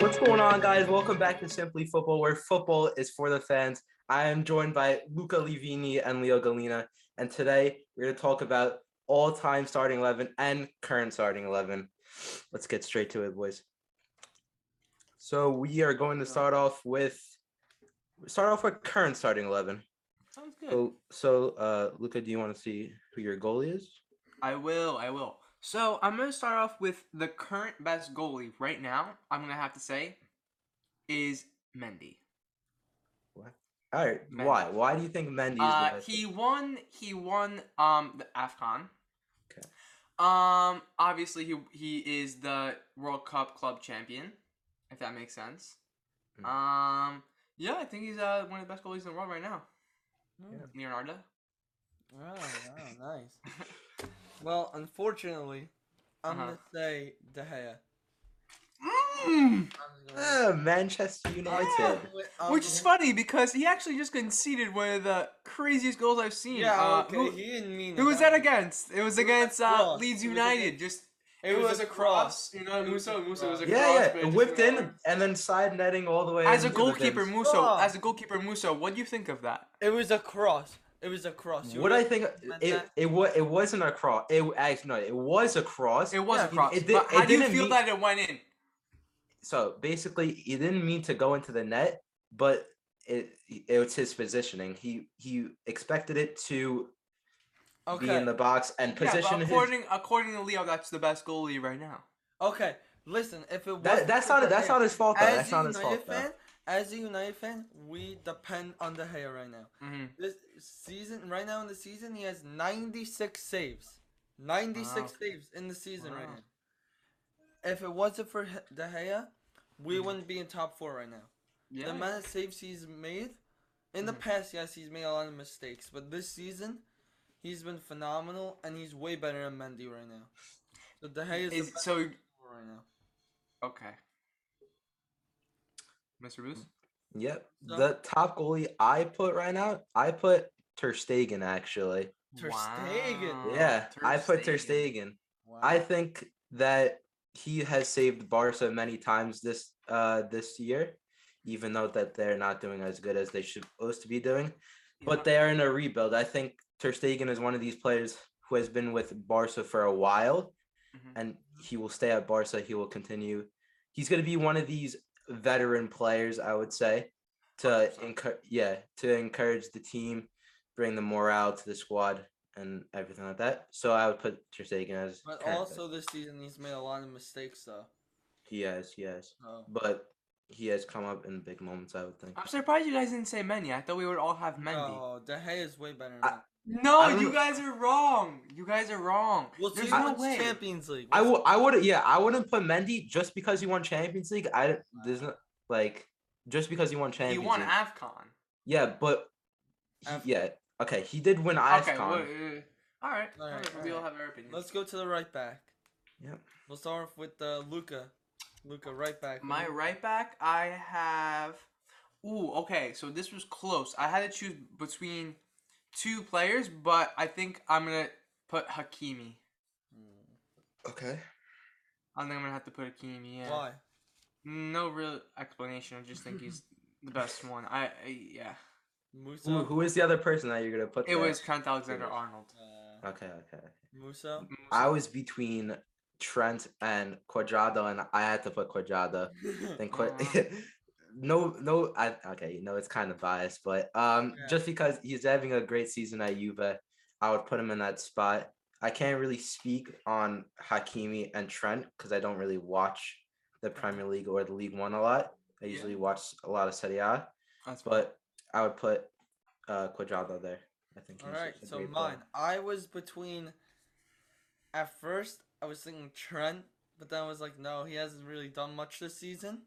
What's going on, guys? Welcome back to Simply Football, where football is for the fans. I am joined by Luca Livini and Leo Galina, and today we're going to talk about all-time starting eleven and current starting eleven. Let's get straight to it, boys. So we are going to start off with start off with current starting eleven. Sounds good. So, so uh, Luca, do you want to see who your goalie is? I will. I will. So I'm gonna start off with the current best goalie right now. I'm gonna have to say is Mendy. All right, Mendy. why? Why do you think Mendy is the Uh, best? he won. He won. Um, the Afcon. Okay. Um, obviously he he is the World Cup club champion, if that makes sense. Mm. Um, yeah, I think he's uh one of the best goalies in the world right now. Yeah. Leonardo. Oh, wow, nice. Well, unfortunately, I'm Uh-huh. gonna say De Gea. Mm. I'm gonna- Ah, Manchester United. I'm Which is gonna- funny because he actually just conceded one of the craziest goals I've seen. Yeah, Uh, okay. who- he didn't mean Who it. was that against? It was It was a against uh, cross. Leeds It was United. against- Just It, was, a cross. You know, It was a Musso, Musso was a cross. Yeah, cross. yeah, whipped in and then side netting all the way. As into a the goalkeeper, bins. Musso. Yeah. As a goalkeeper, Musso. What do you think of that? It was a cross. It was a cross. You what were- I think meant it that- it was it wasn't a cross. It actually no, it was a cross. It was Yeah, a it- cross. it did- but it how do you didn't feel mean- that it went in? so basically, he didn't mean to go into the net, but it it was his positioning. He he expected it to okay. be in the box and yeah, position but his- according according to Leo, that's the best goalie right now. Okay. Listen, if it That, wasn't that's for not De that's Gea- not his fault. Though. as That's a not his United fault. Though. fan, as a United fan, we depend on De Gea right now. hmm This season, right now in the season, he has 96 saves. 96 Wow. saves in the season right Wow. now. If it wasn't for H- De Gea, we Mhm. wouldn't be in top four right now. Yeah. The amount of saves he's made, in the Mhm. past, yes, he's made a lot of mistakes, but this season, he's been phenomenal and he's way better than Mendy right now. So De Gea is, is the best so goal right now. okay. Mr. Booth. Yep. So- The top goalie I put right now, I put Ter Stegen actually. Ter Stegen. Wow, Yeah, Oh, Ter I put Ter Stegen. Stegen. I think that he has saved Barca many times this uh this year, even though that they're not doing as good as they should supposed to be doing. But they are in a rebuild. I think Ter Stegen is one of these players who has been with Barca for a while, Mhm. and he will stay at Barca. He will continue. He's going to be one of these veteran players, I would say, to 100%. encourage. Yeah, to encourage the team, bring the morale to the squad, and everything like that. So I would put Ter Stegen as. But current also this season, he's made a lot of mistakes though. best. he has, he has, So. but he has come up in big moments. I would think. I'm surprised you guys didn't say Mendy. I thought we would all have Mendy. No, oh, De Gea is way better. Than I- Mendy. No, I don't you know- guys are wrong. You guys are wrong. Well, There's see, no what's way. Champions League. I What's- would, I would, yeah, I wouldn't put Mendy just because he won Champions League. I don't- there's not like just because he won He Champions. won League. AFCON. Yeah, but he- Af- yeah, okay, he did win Okay, AFCON. well, uh, all right. All All right, right, all we all right. have our opinions. Let's go to the right back. Yep. We'll start off with uh, Luca. Luca, right back. My right back, I have. Ooh, okay. So this was close. I had to choose between two players, but I think I'm gonna put Hakimi. Mm. Okay. I think I'm gonna have to put Hakimi. Yeah. Why? No real explanation. I just think he's the best one. I, I yeah. Musa. Who, who is the other person that you're gonna put? It there? was Trent Alexander Arnold. Uh, Okay, okay. Musa. I was between Trent and Quadrado, and I had to put Quadrado. Then Qua- Uh, Aw. no, no. I okay. You know, it's kind of biased, but um, Yeah. just because he's having a great season at Juve, I would put him in that spot. I can't really speak on Hakimi and Trent because I don't really watch the Premier League or the League One a lot. I Yeah. usually watch a lot of Serie A. That's fine. but I would put uh Quadrado there. I think. All he's right. a So great player. mine. I was between. At first, I was thinking Trent, but then I was like, no, he hasn't really done much this season.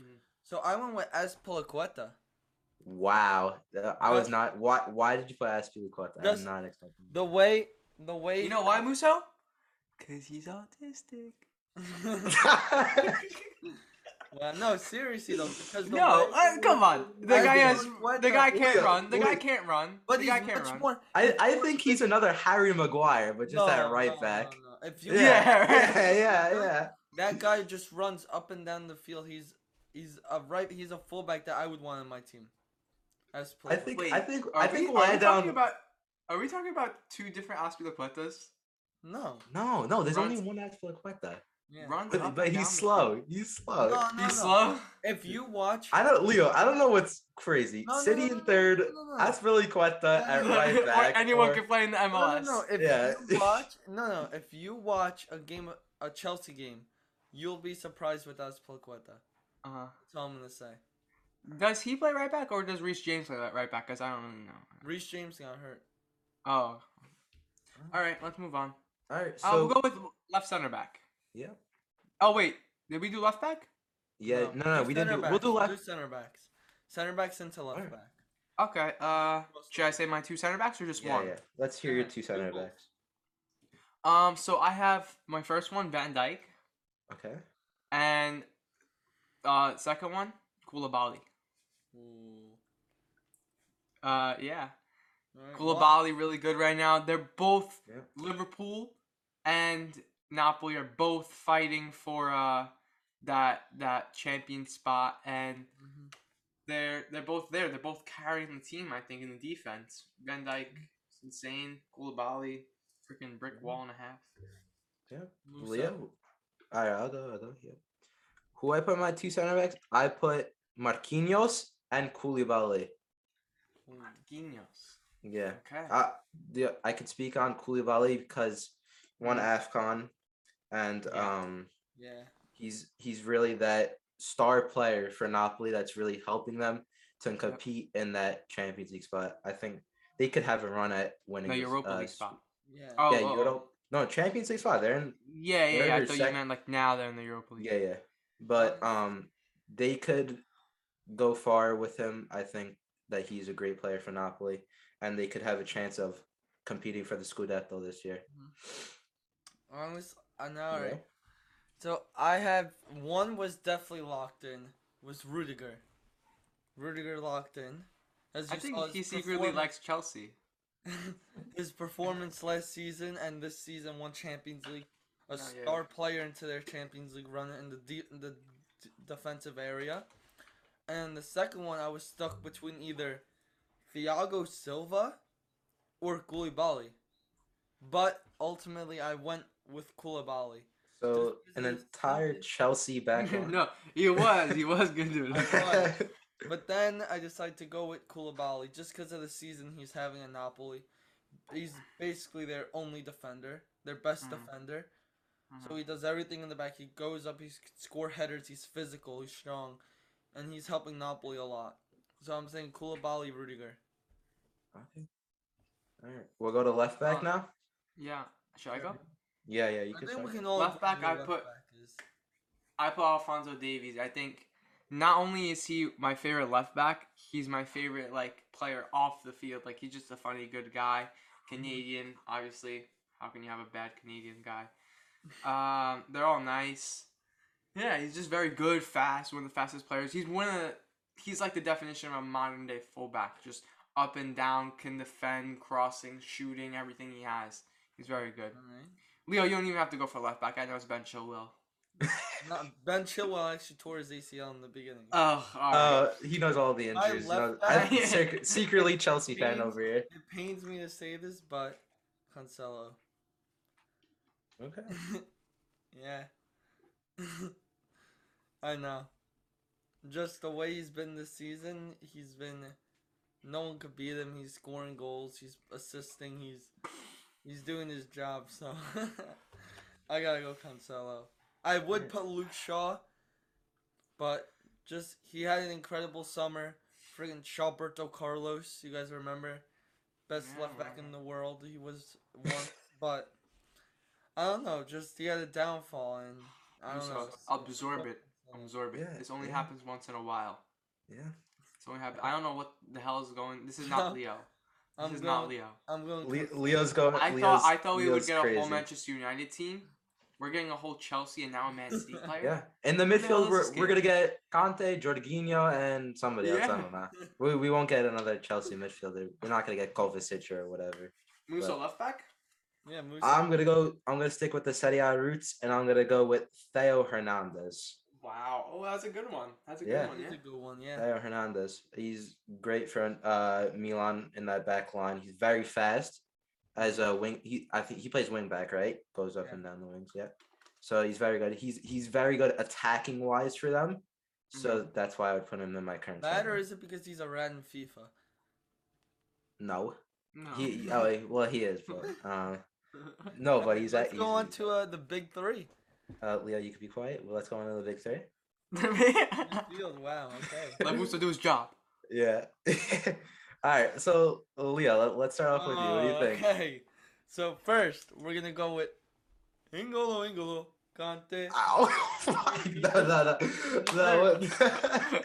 Mhm. So I went with Aspilaqueta. Wow, Uh, I was That's- not. Why? Why did you put Aspilicueta? That's- I'm not expecting. The way, the way. You know why, Muso? Cause he's autistic. that. well, no, seriously though, because the No, way- uh, come on. The I guy has. think- What The guy the- can't Luka, run. The guy wait. can't run. But the he's guy can't much run. more. I I think he's another Harry Maguire, but just that No, right no, no, back. no. If you Yeah, Yeah, yeah, right. yeah, yeah. that guy just runs up and down the field. He's He's a right. He's a fullback that I would want in my team. As I player. think Wait, I think Are I think we, are we talking Landon. about? Are we talking about two different Aspilicuetas? no. No, no, there's only Runs- one Azpilicueta. Yeah. Runs But, up but and down he's the slow. field. He's slow. No, no, He's no. slow. If you watch, I don't, Leo. I don't know what's crazy. No, no, City no, no, in no, third. no, no, no. Azpilicueta at No, right Or back. anyone or- can play in the No, no, MLS. no. If Yeah. you watch, no, no. If you watch a game, a Chelsea game, you'll be surprised with Azpilicueta. Uh-huh. That's all I'm gonna say. Does he play right back or does Reece James play that right back? Because I don't really know. Reece James got hurt. Oh. All right, let's move on. All right. uh, we'll So go with left center back. Yeah. Oh wait, did we do left back? yeah, no, no, we didn't. center Do, we'll do backs, left. center backs. Center backs into left Alright. back. Okay. Uh, Most should I say my two center backs or just Yeah, one? yeah. Let's hear your Yeah, two do center both. backs. Um, so I have my first one Van Dyke Okay. and uh second one Koulibaly. Ooh. Uh, yeah, Alright, well, Koulibaly really good right now. They're both Yeah. Liverpool and Napoli are both fighting for uh that that champion spot and Mhm. they're they're both there. They're both carrying the team, I think, in the defense. Van Dyke, insane. Koulibaly, freaking brick wall and a half. Mm-hmm. Musa. Leo. All right, I'll go. I'll go. Yeah. Who I put my two center backs? I put Marquinhos and Koulibaly. Ooh. Marquinhos. Yeah. Okay. I, the, I could speak on Koulibaly because one AFCON and Mm-hmm. Yeah. um Yeah. he's he's really that star player for Napoli that's really helping them to compete in that Champions League spot. I think they could have a run at winning the this, Europa uh, League s- spot. Yeah. Oh, yeah, oh, oh. Euro- no Champions League spot. They're in yeah, yeah, yeah. I Whatever thought you sec- meant like now they're in the Europa League. yeah, yeah. But Um, um they could go far with him. I think that he's a great player for Napoli and they could have a chance of competing for the Scudetto this year. Honest. I know. you Right. know? So I have one was definitely locked in was Rudiger. Rudiger locked in. As I you think saw, his he secretly perform- likes Chelsea. his performance last season and this season won Champions League. A Oh, yeah. star player into their Champions League run in the de- in the d- defensive area. And the second one, I was stuck between either Thiago Silva or Koulibaly. But ultimately, I went with Koulibaly. So Does- an does he- entire Chelsea back line. no, he was. He was good to it. was. But then I decided to go with Koulibaly just because of the season he's having in Napoli. He's basically their only defender, their best Mhm. defender. Uh-huh. So he does everything in the back. He goes up, he can score headers, he's physical, he's strong, and he's helping Napoli a lot. So I'm saying Koulibaly, Rudiger. Okay. All right. We'll go to left back Uh, now. Yeah. Should I go? Yeah, yeah. You I can. think we start. can all Left agree back, who I put- back is. I put Alfonso Davies. I think not only is he my favorite left back, he's my favorite like player off the field. Like he's just a funny, good guy. Canadian, obviously. How can you have a bad Canadian guy? Um, they're all nice. Yeah, he's just very good, fast. One of the fastest players. He's one of the. He's like the definition of a modern day fullback. Just up and down, can defend, crossing, shooting, everything he has. He's very good. Alright. Leo, you don't even have to go for left back. I know it's Ben Chilwell. Not- Ben Chilwell actually tore his ACL in the beginning. Oh, all right. Uh, he knows all the My injuries. you left know, I'm back- sec- secretly Chelsea fan Means- over here. it pains me to say this, but Cancelo. Okay. yeah. I know. Just the way he's been this season, he's been no one could beat him. He's scoring goals, he's assisting, he's he's doing his job, so I gotta go Cancelo. I would Alright. put Luke Shaw, but just he had an incredible summer. Friggin' Shawberto Carlos, you guys remember? Best Yeah, left back in remember. the world he was once, but I don't know, just he had a downfall and I I'm don't so- know. absorb it. Absorb it. Yeah, this only yeah. happens once in a while. Yeah. It's only happen- I don't know what the hell is going. This is not Leo. This I'm is going, not Leo. I'm going Le- Cancelo. Leo's going. I Leo's, thought I thought we Leo's would get a crazy. whole Manchester United team. We're getting a whole Chelsea and now a Man City player. Yeah. In the the hell midfield, is we're, this we're game? gonna get Conte, Jorginho, and somebody else. I Yeah. don't know. We, we won't get another Chelsea midfielder. We're not gonna get Kovacic or whatever. Musa But- left back. Yeah, Musa. I'm gonna go. I'm gonna stick with the Serie A roots, and I'm gonna go with Theo Hernandez. Wow. Oh, that's a good one. That's a good Yeah. one. He's Yeah. a good one, yeah. Theo Hernandez. He's great for uh Milan in that back line. He's very fast as a wing. He I think he plays wing back, right? Goes up Yeah. and down the wings. Yeah. So he's very good. He's he's very good attacking wise for them. So that's why I would put him in my current. Mm-hmm. That or starting. is it because he's a rat in FIFA? no. No. He oh well he is, but uh, no, Oh, but he's Let's at go on to uh, the big three. uh, Leo. You could be quiet. Well, let's go on to the big three. Field, wow, okay. Let Musa do his job. Yeah. All right. So Leo, let, let's start off with you. What do you Oh, think? Okay. So first, we're gonna go with Ingolo Ingolo Ah, Conte. Ow! Fuck, no, no, no. no what-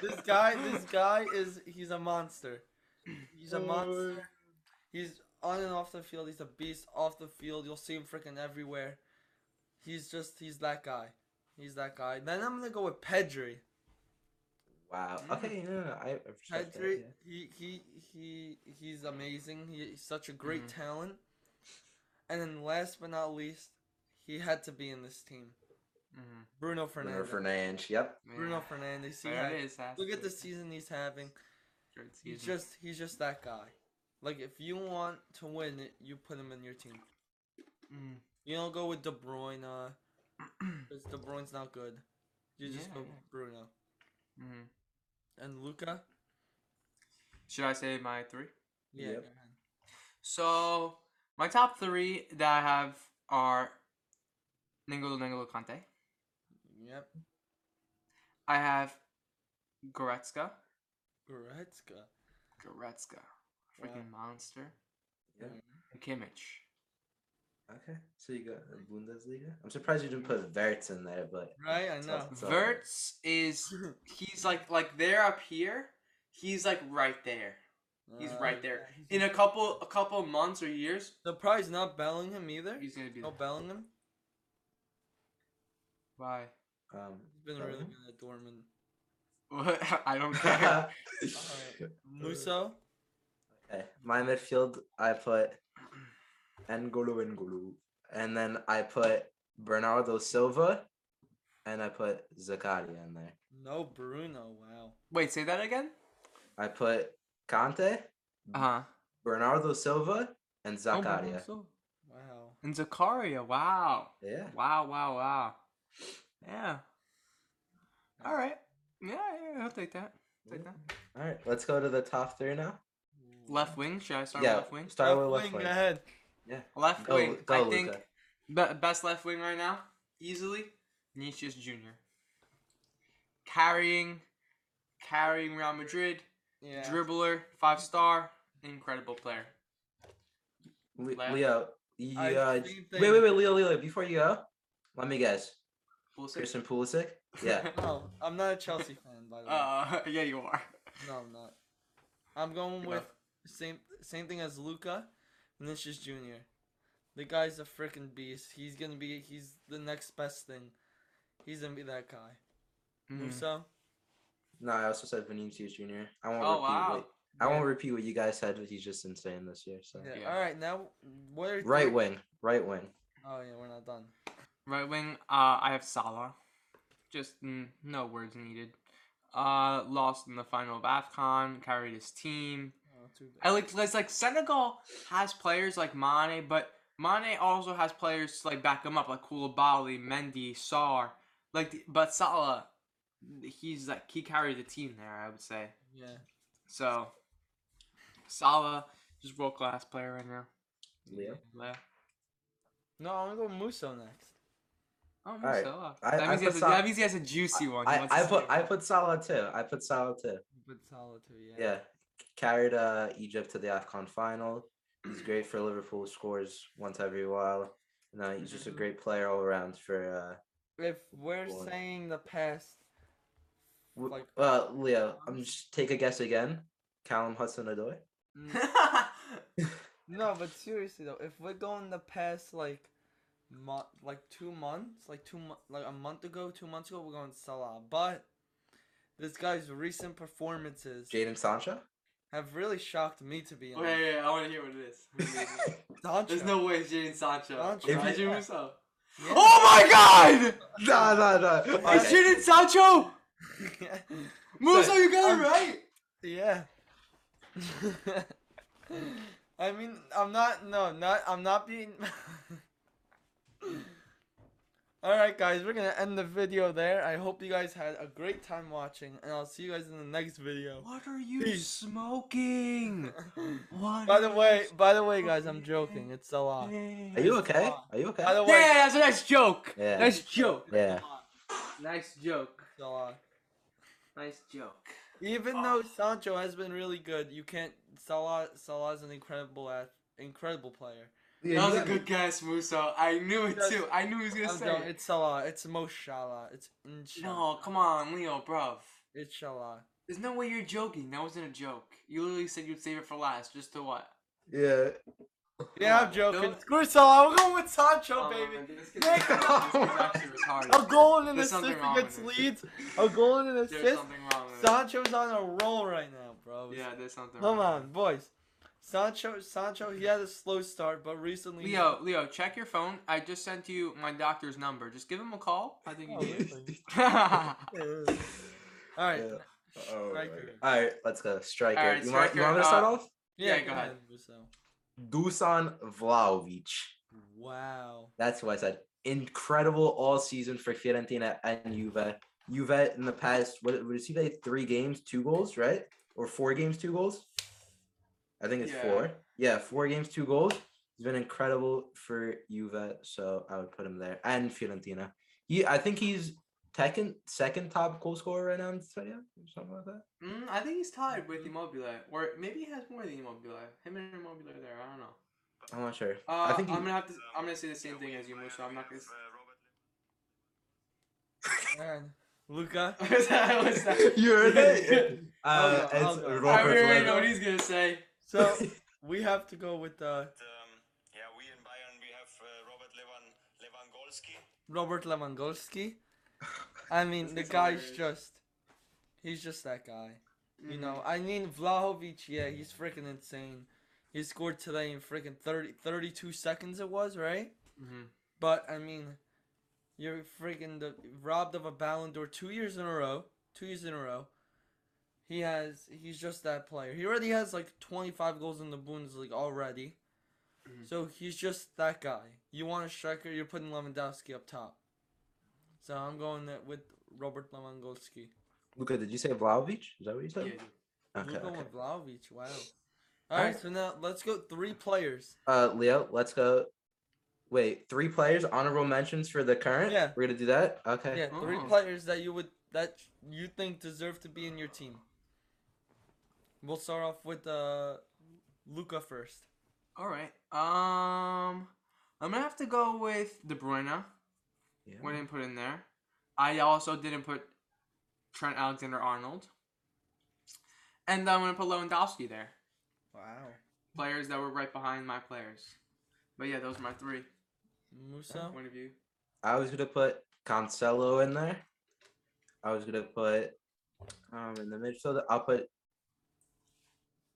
This guy, this guy is he's a monster. He's a Uh. monster. He's on and off the field. He's a beast off the field. You'll see him freaking everywhere. He's just he's that guy. He's that guy. Then I'm gonna go with Pedri. wow. Mm-hmm. Okay. No, no, I I respect that, Pedri, yeah. he he he he's amazing. He, he's such a great Mm-hmm. Mhm. talent. And then last but not least, he had to be in this team. Mhm. Bruno Bruno Fernandes. Fernandes. Yep. Yeah. Bruno Fernandes. He There had- it is. that's look at it. the season he's having. Great He's season. just he's just that guy. Like if you want to win, it, you put him in your team. Mm. You don't go with De Bruyne. Uh, 'cause De Bruyne's not good. You just Yeah, go yeah. with Bruno Mhm. and Luca. Should I say my three? Yeah. Yep. go ahead. So my top three that I have are N'Golo N'Golo Kante. Yep. I have Goretzka. Goretzka. Goretzka, Wow. freaking monster. Yeah. And Kimmich. Okay. So you got uh, Bundesliga. I'm surprised you didn't put Verts in there, but Right, I know. Tough. That's all right. Verts is he's like like they're up here. He's like right there. He's right there. In a couple a couple months or years, Surprised not Bellingham either. he's gonna be. No There. Bellingham. Why? um. He's been really Bellingham? good at Dortmund. I don't care. Muso. okay. My midfield, I put N'Golo N'Golo, and then I put Bernardo Silva, and I put Zakaria in there. No Bruno. Wow. Wait, say that again. I put Conte, Uh huh. Bernardo Silva, and Oh, Zakaria. Wow. And Zakaria. Wow. Yeah. Wow. Wow. Wow. Yeah. All right. Yeah. Yeah. I'll take that. Take that. All right, let's go to the top three now. Left wing. Should I start yeah, with left wing? start with left wing, wing. Go ahead. Left Go- wing. go, I think Luka. be- best left wing right now, easily, Vinicius Junior. Carrying, carrying Real Madrid. Yeah. Dribbler, five star, incredible player. Le- left. Leo, you, I uh, think wait, they- wait, wait, Leo, Leo, before you go, let me guess. Pulisic. Christian Pulisic? Yeah. No, I'm not a Chelsea fan, by the way. Uh, yeah, you are. no, I'm not. I'm going Good with same same thing as Luca, Vinicius Junior. The guy's a freaking beast. He's gonna be. He's the next best thing. He's gonna be that guy. Mm. Muso. no, I also said Vinicius Jr. I won't Oh repeat wow. what I won't repeat what you guys said, but he's just insane this year. So Yeah. Yeah. All right. Now, what are right three- wing, right wing. Oh yeah, we're not done. Right wing. Uh, I have Salah. Just mm, no words needed. Uh, lost in the final of Afcon. Carried his team. Oh, too bad. I like like, like Senegal has players like Mane, but Mane also has players to, like back him up, like Koulibaly, Mendy, Sar. Like, the- but Salah, he's like he carried the team there. I would say Yeah. so. Salah, just world class player right now. Leo. Yeah. No, I'm gonna go Muso next. Oh, All right. Salah. I- I that, means he put has a, Salah- that means he has a juicy one. He I, wants I to put see I it. put Salah too. I put Salah too. But Salah too. Yeah. Yeah. Carried uh Egypt to the AFCON final. He's great for Liverpool, scores once every while. No, he's just a Mhm. great player all around for uh If we're Go on. saying the past, W- Like- uh, Leo, I'm just take a guess again. Callum Hudson Odoi. n- Mm. no, but seriously though, if we're going the past like, month, like two months, like two, mo- like a month ago, two months ago, we're going Salah. But this guy's recent performances Jaden Sancho. have really shocked me to wait, be honest. wait, wait, I want to hear what it is. Sancho. There's no way it's Jaden Sancho. Sancho. Imagine Yeah. Musa. Yeah. Oh my God! Nah, nah, nah. I He's shooting Sancho. Musa, Sorry, you got I'm- it right. yeah. I mean, I'm not. No, not. I'm not being. All right, guys, we're gonna end the video there. I hope you guys had a great time watching, and I'll see you guys in the next video. What are you Peace. smoking? What? by the way, by the way, guys, I'm joking. It's a lot. Are you okay? Are you okay? By the Yeah, way, that's a nice joke. Yeah. Nice joke. Yeah. Nice joke. it's a lot. Nice joke. Even though Oh. Sancho has been really good, you can't. Salah Salah's an incredible ath- incredible player. that was a good guess, Musa. I knew it Yes. too. I knew he was gonna I'm say joking, it. It's Salah. It's Mo Salah. It's Inshallah. No, come on, Leo, bro. It's Salah. There's no way you're joking. That wasn't a joke. You literally said you'd save it for last, just to what? Yeah. Yeah, on, I'm joking. don't- Screw Salah. We're going with Sancho, Oh, baby. Oh, man, this kid's- this Nick! kid's actually retarded. A goal and an There's assist something wrong with against this. Leeds. A goal and an There's assist. something wrong with it. Sancho's on a roll right now, bro. Yeah, there's something Come wrong. on, boys. Sancho, Sancho, he had a slow start, but recently. Leo, Leo, check your phone. I just sent you my doctor's number. Just give him a call. I think you Oh, did. really? All Yeah. All right. Yeah. Oh, my Striker. God. All right, let's go. Striker. All right, you, want, you want me to striker, start uh, off? Yeah, go ahead. Buso. Dusan Vlaovic. Wow. That's who I said. Incredible all season for Fiorentina and Juve. Juve in the past, what, what is he play? Three games, two goals, right? Or four games, two goals? I think it's Yeah. four. Yeah, four games, two goals. He's been incredible for Juve, so I would put him there. And Fiorentina. He, I think he's second, second top goal scorer right now in Serie A, or something like that. Mm, I think he's tied with Immobile, or maybe he has more than Immobile. Him and Immobile are there. I don't know. I'm not sure. Uh, I think he, I'm gonna have to. I'm gonna say the same thing as you, Musa. I'm not gonna. s- uh, Man. Luca. What's that? What's that? you heard it. Uh, I'll go, I'll it's go. Robert I already Lewandowski. know what he's gonna say. So we have to go with uh, Um, yeah, we in Bayern we have uh, Robert Levan Lewandowski. Robert Lewandowski. I mean, the This is guy's hilarious. just. He's just that guy. You know, Mm-hmm. I mean, Vlahovic, yeah, he's freaking insane. He scored today in freaking 30, 32 seconds, it was, right? Mm-hmm. But, I mean, you're freaking the, robbed of a Ballon d'Or two years in a row. Two years in a row. He has, he's just that player. He already has like 25 goals in the Bundesliga already. Mm-hmm. Mhm. So he's just that guy. You want a striker, you're putting Lewandowski up top. So I'm going that with Robert Lewandowski. Luca, did you say Vlaovic? Is that what you said? Okay. We're going okay. with Vlahovic. Wow. All Alright. right, so now let's go three players. Uh, Leo, let's go. Wait, three players, honorable mentions for the current. Yeah. We're gonna do that. Okay. Yeah, three Oh. players that you would that you think deserve to be in your team. We'll start off with uh Luca first. All right. Um, I'm gonna have to go with De Bruyne. Yeah. We didn't put in there. I also didn't put Trent Alexander Arnold. And I'm gonna put Lewandowski there. Wow. Players that were right behind my players. But yeah, those are my three. Musa. One of you. I was gonna put Cancelo in there. I was gonna put um in the midfield. I'll put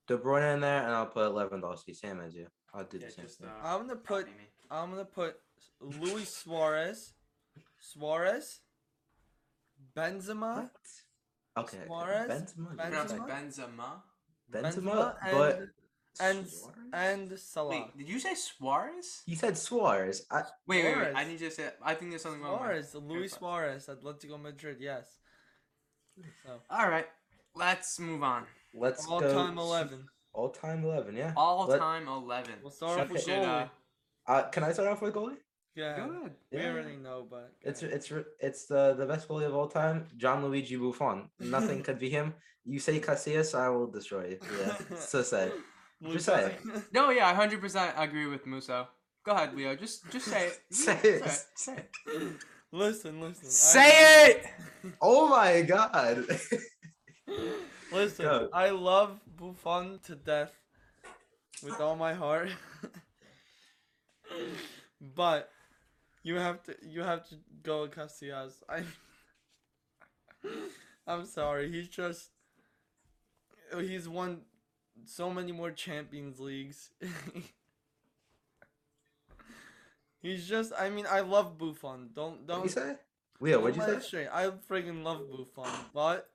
De Bruyne in there, and I'll put Lewandowski. Same as you. I'll do Yeah, the same just, thing. uh, I'm gonna put copy me. I'm gonna put Luis Suarez, Suarez, Benzema, What? Okay. okay. Suarez, Benzema. you Pronounced said Benzema? Benzema. Benzema, and- but and Suarez? and Salah. Wait, did you say Suarez? He said Suarez. I, Wait, wait, wait. I Suarez. need you to say. I think there's something wrong. with Suarez, Luis Suarez, Atletico Madrid, yes. So my- All right, let's move on. let's all go. time eleven. All time eleven. Yeah. All Let- time eleven. We'll start off Okay. with Should, uh, goalie. Uh, can I start off with goalie? Yeah, Good. we Yeah. already know, but It's okay. it's r- it's the the best goalie of all time, John Luigi Buffon. Nothing could be him. You say Casillas, I will destroy you. Yeah, so sad. Luis say Suarez. No, yeah, I hundred percent agree with Muso. Go ahead, Leo. Just, just say it. Say it. Say it. listen, listen. I, Say it. Oh my god. Listen, Go. I love Buffon to death with all my heart. but you have to you have to go with Casillas. I I'm sorry, he's just he's won so many more Champions Leagues. he's just I mean I love Buffon. Don't What you don't say? Leo, what'd I'm you not say? sure. I friggin' love Buffon, but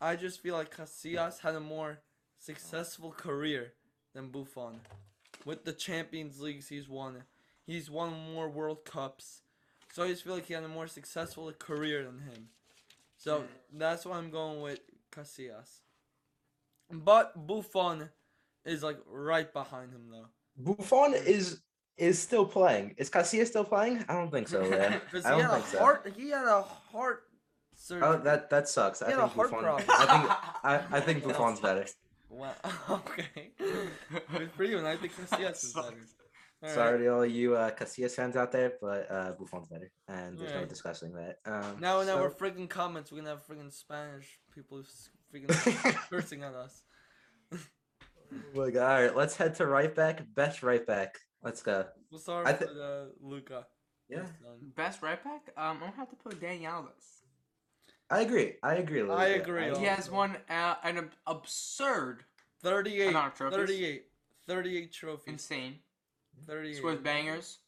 I just feel like Casillas had a more successful career than Buffon. With the Champions Leagues he's won, he's won more World Cups. So I just feel like he had a more successful career than him. So Hmm. that's why I'm going with Casillas. But Buffon is like right behind him though. Buffon is is still playing. Is Casillas still playing? I don't think so. Leo. Because I he don't had a think so. heart he had a heart surgery. Oh, that that sucks. I He had a think heart Buffon. problem. I think I, I think That Buffon's better. Wow. Okay. Good for you, and I think Casillas is better. All right. Sorry to all you uh, Casillas fans out there, but uh, Buffon's better, and there's no Alright. discussing that. Um, Now in so- our freaking comments, we're gonna have freaking Spanish people s- freaking cursing at us. Like, all right, let's head to right back. Best right back. Let's go. We'll start I thi- with uh, Luca. Yeah, He's done. Best right back? Um, I'm gonna have to put Daniel I agree. I agree. Lily. I Yeah, agree He Yeah. has won uh, an ab- absurd, 38, Amount of trophies? 38, 38 trophies. insane, 38. scores bangers.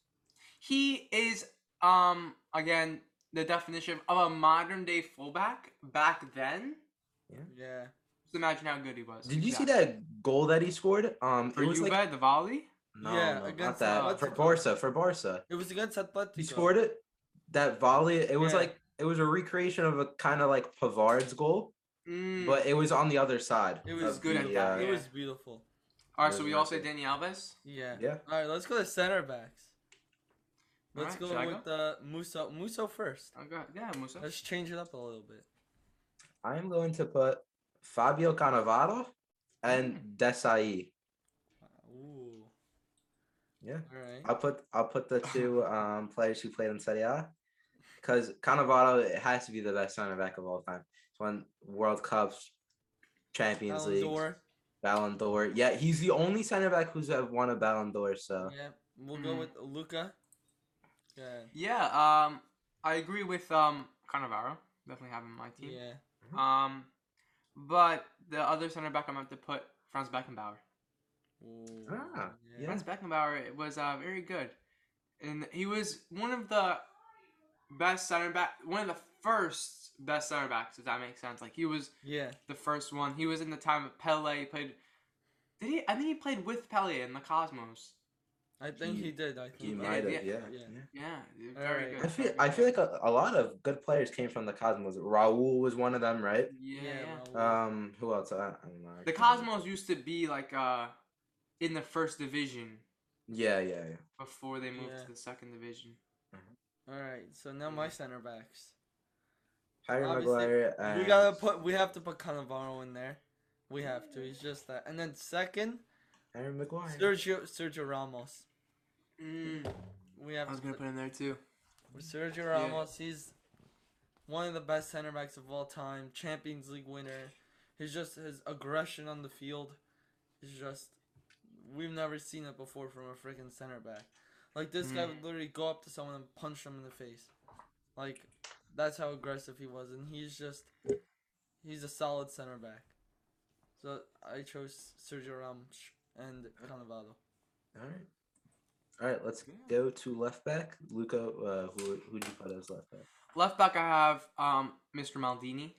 He is, um, again, the definition of a modern day fullback back then. Yeah. Just imagine how good he was. Did you see Exactly. that goal that he scored? Um, For it was Juve, like the volley? no, Yeah, no, not against that Atletico. for Barca. For Barca, It was against Atletico. he scored it. That volley. It was Yeah. like it was a recreation of a kind of like Pavard's goal, Mm. but it was on the other side. Hmm. It was of good at the, that, uh, It yeah. was beautiful. All right, so Really we not all say good. Danny Alves. Yeah. Yeah. All right, let's go to center backs. Let's Alright, should I go with uh, Muso. Muso first. Oh, God. Yeah, Musa. Let's change it up a little bit. I'm going to put Fabio Cannavaro and Desai. Ooh. Yeah. All right. I'll put I'll put the two um, players who played in Serie A because Cannavaro it has to be the best center back of all time. He's won World Cups, Champions Ballon League, d'Or. Ballon d'Or. Yeah, he's the only center back who's have won a Ballon d'Or. So Yeah, we'll go Mm. with Luca. Yeah, Yeah, um, I agree with um Cannavaro. Definitely have him on my team. yeah. Um, but the other center back I'm going to put Franz Beckenbauer. Ooh, Ah, yeah. Franz Beckenbauer was uh, very good, and he was one of the best center back, one of the first best center backs. If that makes sense, like he was yeah, the first one. He was in the time of Pele. He played. Did he? I think he played with Pele in the Cosmos. I think He- he did. I think he might have. yeah, Yeah. yeah. Yeah, very Alright. good. I feel very I good. feel like a, a lot of good players came from the Cosmos. Raul was one of them, right? Yeah. yeah. Raul. Um, who else? I, I don't know. I The can't remember. Cosmos used to be like uh in the first division Yeah, yeah, yeah. before they moved Yeah. to the second division. Uh, All right, so now my center backs. Harry Obviously, Maguire. And... We gotta put. We have to put Cannavaro in there. We have to. He's just that. And then second, Harry Maguire. Sergio Sergio Ramos. Mm, We have I was to gonna put in there too. With Sergio Ramos, he's one of the best center backs of all time, Champions League winner. He's just his aggression on the field is just we've never seen it before from a freaking center back. Like this guy would literally go up to someone and punch them in the face. Like that's how aggressive he was and he's just he's a solid center back. So I chose Sergio Ramos and Cannavaro. All right. All right, let's Yeah. go to left back. Luca, uh, who who do you put as left back? Left back, I have um Mr. Maldini,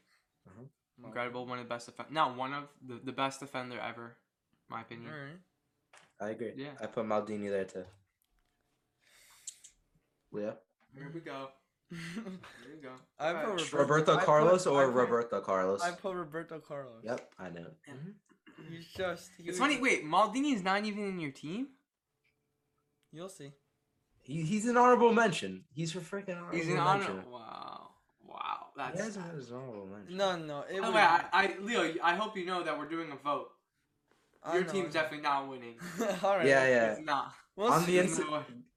Wow. incredible, one of the best defend, not one of the, the best defender ever, my opinion. Alright. I agree. Yeah. I put Maldini there too. Leo. Here we go. Here we go. I Alright. put Roberto I put- Carlos I or put- Roberto Carlos? I put Roberto Carlos. Yep, I know. Yeah. Mhm. He's just. He It's was- funny. Wait, Maldini's not even in your team. You'll see. He, he's an honorable mention. He's a freaking honorable He's in mention. honor. Wow, wow, He that's. hasn't had his honorable mention. No, no. It By the was, way, I, I Leo, I hope you know that we're doing a vote. I Your know, team's I know. definitely not winning. All right. Yeah, yeah. It's not. We'll On the see. ins-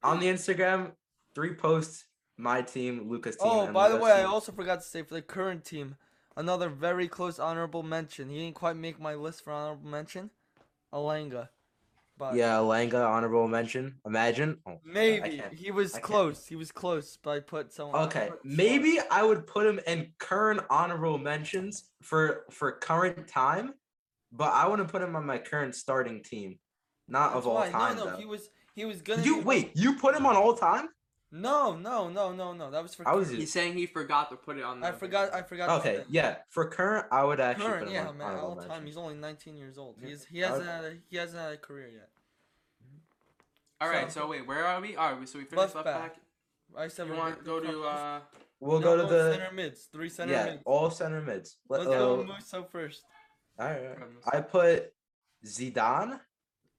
On the Instagram, three posts. My team, Luca's team. oh, and by the Leo's way, I team. also forgot to say for the current team, another very close honorable mention. He didn't quite make my list for honorable mention. Alanga. But yeah, Langa honorable mention. Imagine. Oh, I Maybe can't. he was I can't. close. He was close, but I put someone. I Okay, put Suarez. maybe I would put him in current honorable mentions for for current time, but I wouldn't put him on my current starting team, not That's of all why. time No, no. though. He was. He was gonna. you be- wait, you put him on all time? No, no, no, no, no. That was for. I was current. He's saying he forgot to put it on. The I forgot. I forgot. about Okay, that. yeah. For current, I would actually Current, put him yeah, on man. honorable All time. mention. He's only 19 years old. Yeah. He's he hasn't Okay. had a, he hasn't had a career yet. All right. So- So, wait, where are we? All right. So we finished Left left back. back. I said You we're want to go gonna to? uh We'll No, go to no, the center mids. Three center yeah, mids. all center mids. Let, Let's go uh, with Musso first. all right. um, I put Zidane,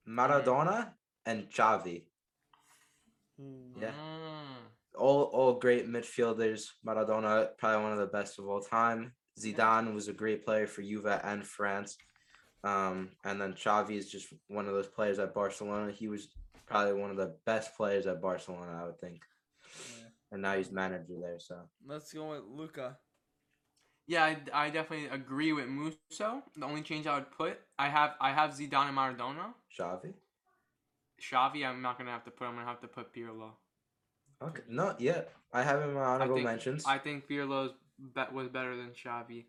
Maradona, and Xavi. Yeah. mm, All all great midfielders. Maradona, probably one of the best of all time. Zidane was a great player for Juve and France. Um, and then Xavi is just one of those players at Barcelona. He was probably one of the best players at Barcelona, I would think. Yeah. And now he's manager there, so Let's go with Luca. Yeah, I, I definitely agree with Musso. The only change I would put, I have I have Zidane and Maradona. Xavi. Xavi, I'm not gonna have to put. I'm gonna have to put Pirlo. Okay. No, yeah. I have him in my honorable think mentions. I think Pirlo's bet was better than Xavi.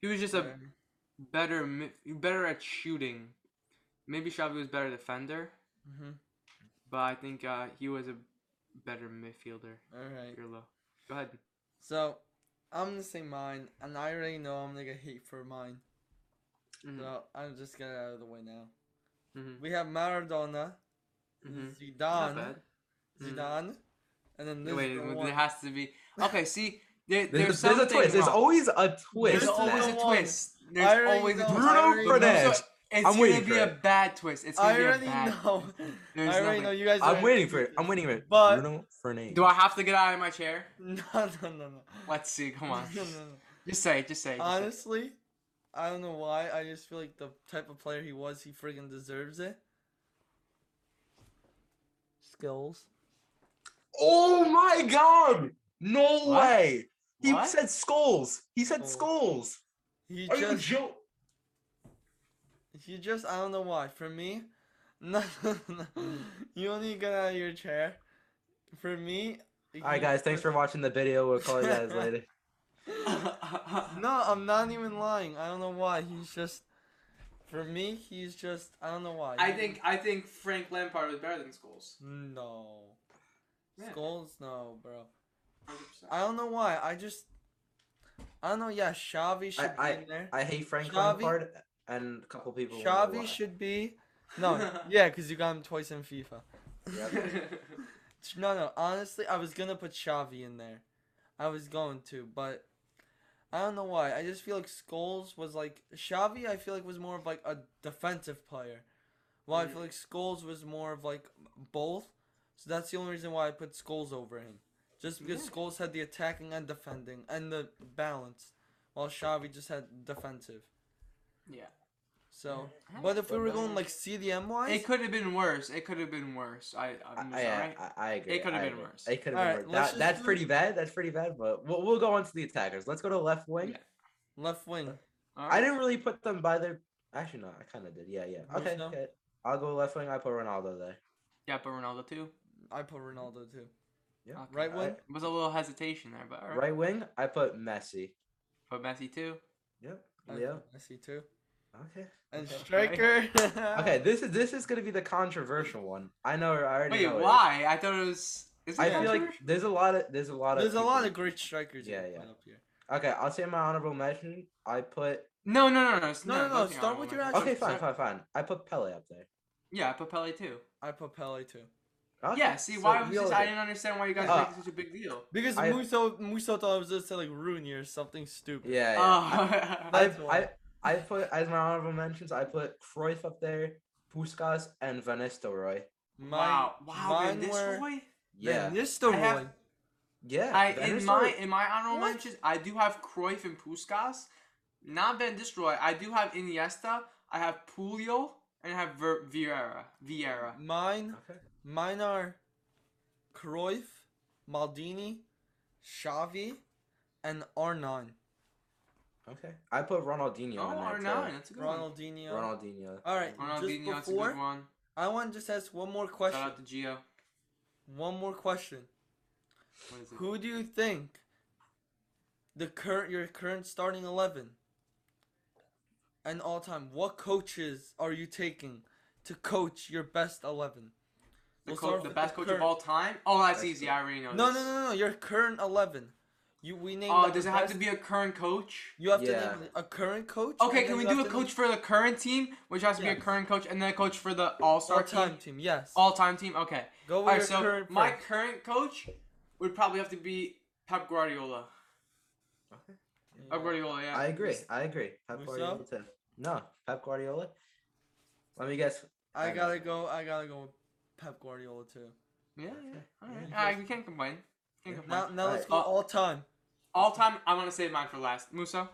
He was just a Um, better mi- better at shooting. Maybe Xavi was better defender, mhm. but I think uh, he was a better midfielder. All right. Pirlo, go ahead. So I'm gonna say mine, and I already know I'm gonna get hate for mine. Mhm, So I'm just gonna get it out of the way now. mhm, We have Maradona, Mm-hmm. mhm. Not Zidane, bad. Mhm. Zidane, and then this Wait, is the it one. has to be okay. See, there, There's, there's, there's a something twist. There's wrong. always a twist. There's always man. a There's one. twist. I There's already always a know, twist. I Bruno already know. Fernandes. So, It's I'm gonna waiting be for a it. bad twist. It's gonna I be a already bad. know. I There's already nothing. know you guys. I'm are- waiting for it. I'm waiting for it. But- Bruno Fernandes. Do I have to get out of my chair? No, no, no, no. Let's see. Come on. No, no, no. Just say it. Just say it. Just say it. Honestly, I don't know why. I just feel like the type of player he was, he friggin' deserves it. Skills. Oh my god! No What? way! He What? said skulls. He said skulls. Oh. He Are you just, joking? he just, I don't know why. For me, no, no, no. Mm. You only get out of your chair. For me. All right, he- guys. Thanks for watching the video. We'll call you guys later. No, I'm not even lying. I don't know why. He's just. For me, he's just. I don't know why. I He- think I think Frank Lampard was better than Scholes. No. Yeah. Skulls, no, bro. 100%. I don't know why. I just. I don't know. Yeah, Xavi should I- be in there. I hate Frank Xavi- Lampard and a couple people. wonder why. Xavi should be. No, yeah, because you got him twice in FIFA. Yep. No, no. Honestly, I was gonna put Xavi in there. I was going to, but I don't know why. I just feel like Scholes was like Xavi. I feel like was more of like a defensive player. Well, I feel like Scholes was more of like both. So that's the only reason why I put Scholes over him, just because Yeah. Scholes had the attacking and defending and the balance, while Xavi just had defensive. yeah. So, but if we were going like CDM wise, It could have been worse. It could have been worse. I I, I'm I, sorry. I, I agree. It could have I been agree. worse. It could have All been right, worse. That, let's just that's do- pretty bad. That's pretty bad. But we'll, we'll go on to the attackers. Let's go to left wing. Yeah. left wing. I didn't really put them by their. Actually, no, I kind of did. Yeah, yeah. Who's Okay, no? okay. I'll go left wing. I put Ronaldo there. Yeah, but Ronaldo too. I put Ronaldo too. Yeah. Okay. Right wing. I- It was a little hesitation there, but all right. Right wing. I put Messi. But Messi too. Yep. I Leo. I see too. Okay. And Okay. striker. Okay. This is this is gonna be the controversial one. I know. I already. Wait, know it is. why? I thought it was. Is it I feel like controversial? there's a lot of there's a lot of There's a lot of people- great strikers. you Yeah, can yeah. put Up here. Okay, I'll say my honorable mention. I put No, no, no, no. s- No, no, no, nothing start honorable with your mention. actual- okay, fine, so- fine, fine. I put Pele up there. Oh Yeah, I put Pele too. I put Pele too. Okay, yeah, see, so why was we all this? I did. didn't understand why you guys Uh, making such a big deal. Because I- Muso Muso thought I was just like Rooney or something stupid. Yeah, yeah. Oh. I, that's I, why. I, I put as my honorable mentions. I put Cruyff up there, Puskas, and Van Nistelrooy. Mine, wow, wow, Van mine were- Nistelrooy? Yeah, Van Nistelrooy. I have- yeah. I Van in my Nistelrooy. in my honorable What? mentions, I do have Cruyff and Puskas, not Van Nistelrooy. I do have Iniesta. I have Pulio, and I have Ver- Vieira. Vieira. Mine, Okay. mine are Cruyff, Maldini, Xavi, and R9. Okay. I put Ronaldinho. Oh, in there R too. nine. That's a good Ronaldinho. Yeah. Ronaldinho. All right. one. Just Ronaldinho. That's a before- good one. I want to just ask one more Shout question. out to Gio. One more question. What is it? Who do you think the current your current starting eleven and all time? What coaches are you taking to coach your best eleven? The, We'll start coach, with the the best coach of current- all time. Oh, that's Best easy. coach. I already know. No, no, this. no, no, your current eleven. You we named. Oh, like, does the it have to best- be a current coach? You have Yeah. to name a current coach. Okay, can and then we you have do a to name coach for the current team, which has to be a Yes. current coach, and then a coach for the All Star all-time team, team? Yes. All Time team? Okay. Go with All right. your So current. my first. current coach would probably have to be Pep Guardiola. Yeah. Pep Guardiola, yeah. I agree. I agree. Pep Who's Guardiola too. No, Pep Guardiola. Let me guess. I I gotta know. go. I gotta go with Pep Guardiola too. Yeah, yeah. All right. Yeah. All right. We can't complain. Can't Yeah. complain. Now, now let's Alright. go all time. All time, I want to save mine for last. Musa.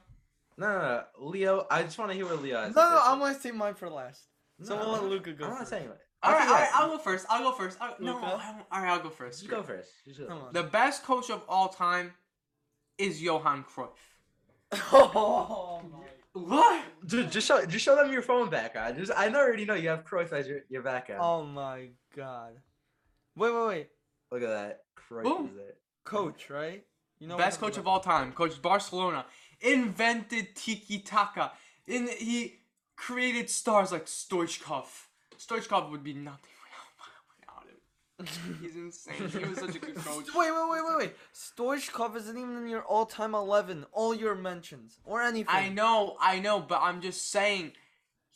No, no, no. Leo. I just want to hear what Leo No, has. to no, say. I'm gonna save mine for last. So No, we'll let I'm- Luca go. I'm not first. saying it. All right, Okay, all right. yeah. I'll go first. I'll go first. I'll, no, Luka? I don't- all right. I'll go first. You Screw go it. first. You go Come first. on. The best coach of all time is Johan Cruyff. oh my. What? Dude, just show, just show them your phone back. I just, I know- already know you have Cruyff as your, your backup. Oh my god. Wait, wait, wait. Look at that. Cruyff Boom. is it? Coach, right? You what best I'm coach of talking all time. Coached Barcelona. Invented tiki taka. In he created stars like Stoichkov. Stoichkov would be nothing without, without him. He's insane. He was such a good coach. about. Wait, wait, wait, wait, wait. Stoichkov isn't even in your all-time eleven. All your mentions or anything. I know, I know, but I'm just saying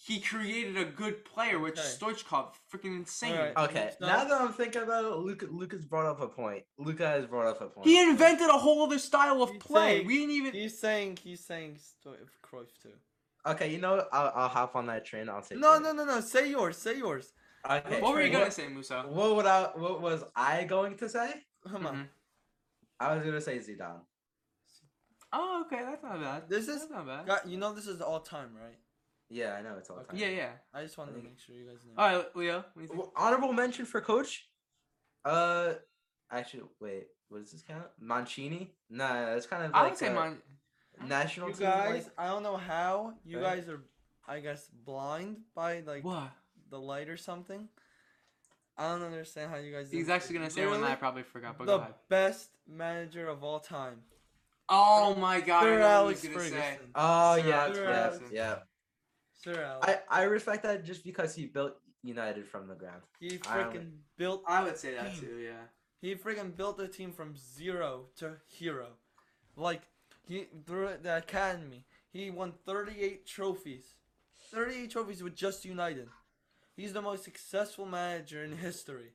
he created a good player, which Okay. Stoichkov, freaking insane. Alright. Okay. No. Now that I'm thinking about it, Luca, Luca's brought up a point. Luca has brought up a point. He invented a whole other style of He's play. saying- we didn't even. He's saying he's saying Stoi- Cruyff too. Okay, you know, what? I'll, I'll hop on that train. I'll take. No, Cruyff. no, no, no. Say yours. Say yours. Okay. what were you Trey, gonna say, Musa? What would I? What was I going to say? Come on. Mhm. I was gonna say Zidane. Oh, okay, that's not bad. This is- that's not bad. God, you know this is all time, right? Yeah, I know it's all time. yeah, yeah. I just wanted to think- make sure you guys knew. Mm-hmm. All right, Leo. What do you think? Well, honorable mention for coach. Uh, actually, wait. What does this count? Mancini? Nah, that's kind of. Like I would say a mine. National You team. like- guys, I don't know how you Right? guys are, I guess, blind by like What? the light or something. I don't understand how you guys. He's didn't- actually gonna say one that I Literally, probably forgot. But go the ahead. best manager of all time. Oh my God! I Sir know what Alex he's gonna say. Ferguson. Oh Sir yeah, Alex yeah, Ferguson. yeah. Sir Alex. I I respect that just because he built United from the ground. he I don't- freaking built. I would say that too. Yeah. He freaking built the team from zero to hero, like he through the academy. He won 38 trophies, 38 trophies with just United. He's the most successful manager in history.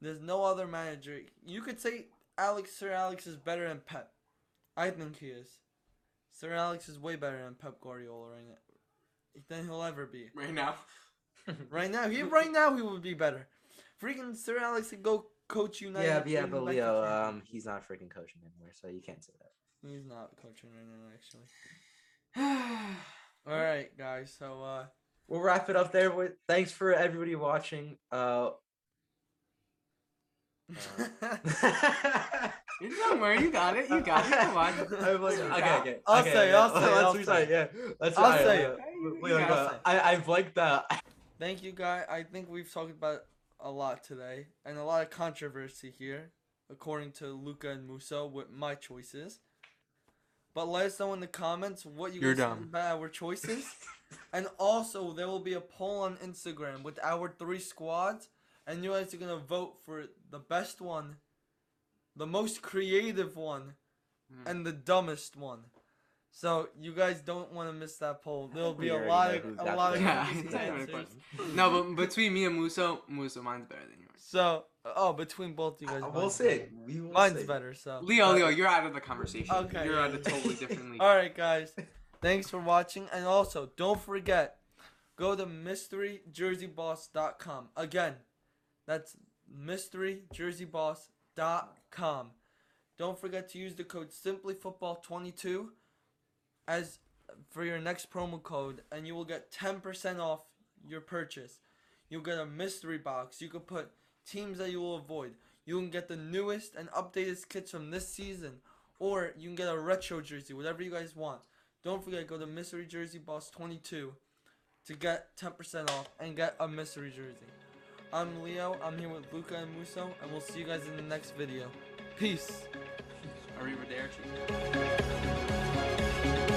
There's no other manager. You could say Alex Sir Alex is better than Pep. I think he is. Sir Alex is way better than Pep Guardiola right now. Than he'll ever be. Right now. Right now, he right now he would be better. Freaking Sir Alex could go coach United. yeah, but yeah, bring but them back to Leo, Champions um, he's not freaking coaching anymore, so you can't say that. He's not coaching right now, actually. yeah, All right, guys. So, uh, We'll wrap it up there. With thanks for everybody watching. Uh, don't worry. You got it. You got it. Come on. I'm like, Sweet okay, out. okay. I'll okay, say, yeah, I'll say, let's I'll restart, Yeah, let's. I'll alright, say Leo, it. Okay, you- Leo, you go. got it. uh, I I blanked out. thank you, guys. I think we've talked about a lot today and a lot of controversy here, according to Luca and Musa, with my choices. But let us know in the comments what you You're guys dumb. think about our choices. and also, there will be a poll on Instagram with our three squads, and you guys are gonna vote for the best one, the most creative one, Mm. and the dumbest one. So you guys don't want to miss that poll. There'll We be a already lot know of who's a got lot of the Yeah, confusing it's not even a answers. question. No, but between me and Muso, Muso, mine's better than yours. So oh, between both you guys, Uh, We'll mine's see. better. We will Mine's see. better. So Leo, Leo, you're out of the conversation. Uh, Okay, You're yeah, on a yeah. totally different league. All right, guys. Thanks for watching, and also don't forget, go to mysteryjerseyboss.com. Again, that's mysteryjerseyboss.com. Don't forget to use the code SimplyFootball22 as for your next promo code, and you will get 10% off your purchase. You'll get a mystery box. You can put teams that you will avoid. You can get the newest and updated kits from this season, or you can get a retro jersey, whatever you guys want. Don't forget, go to Mystery Jersey Boss 22 to get 10% off and get a mystery jersey. I'm Leo, I'm here with Luca and Muso, and we'll see you guys in the next video. Peace. Arrivederci.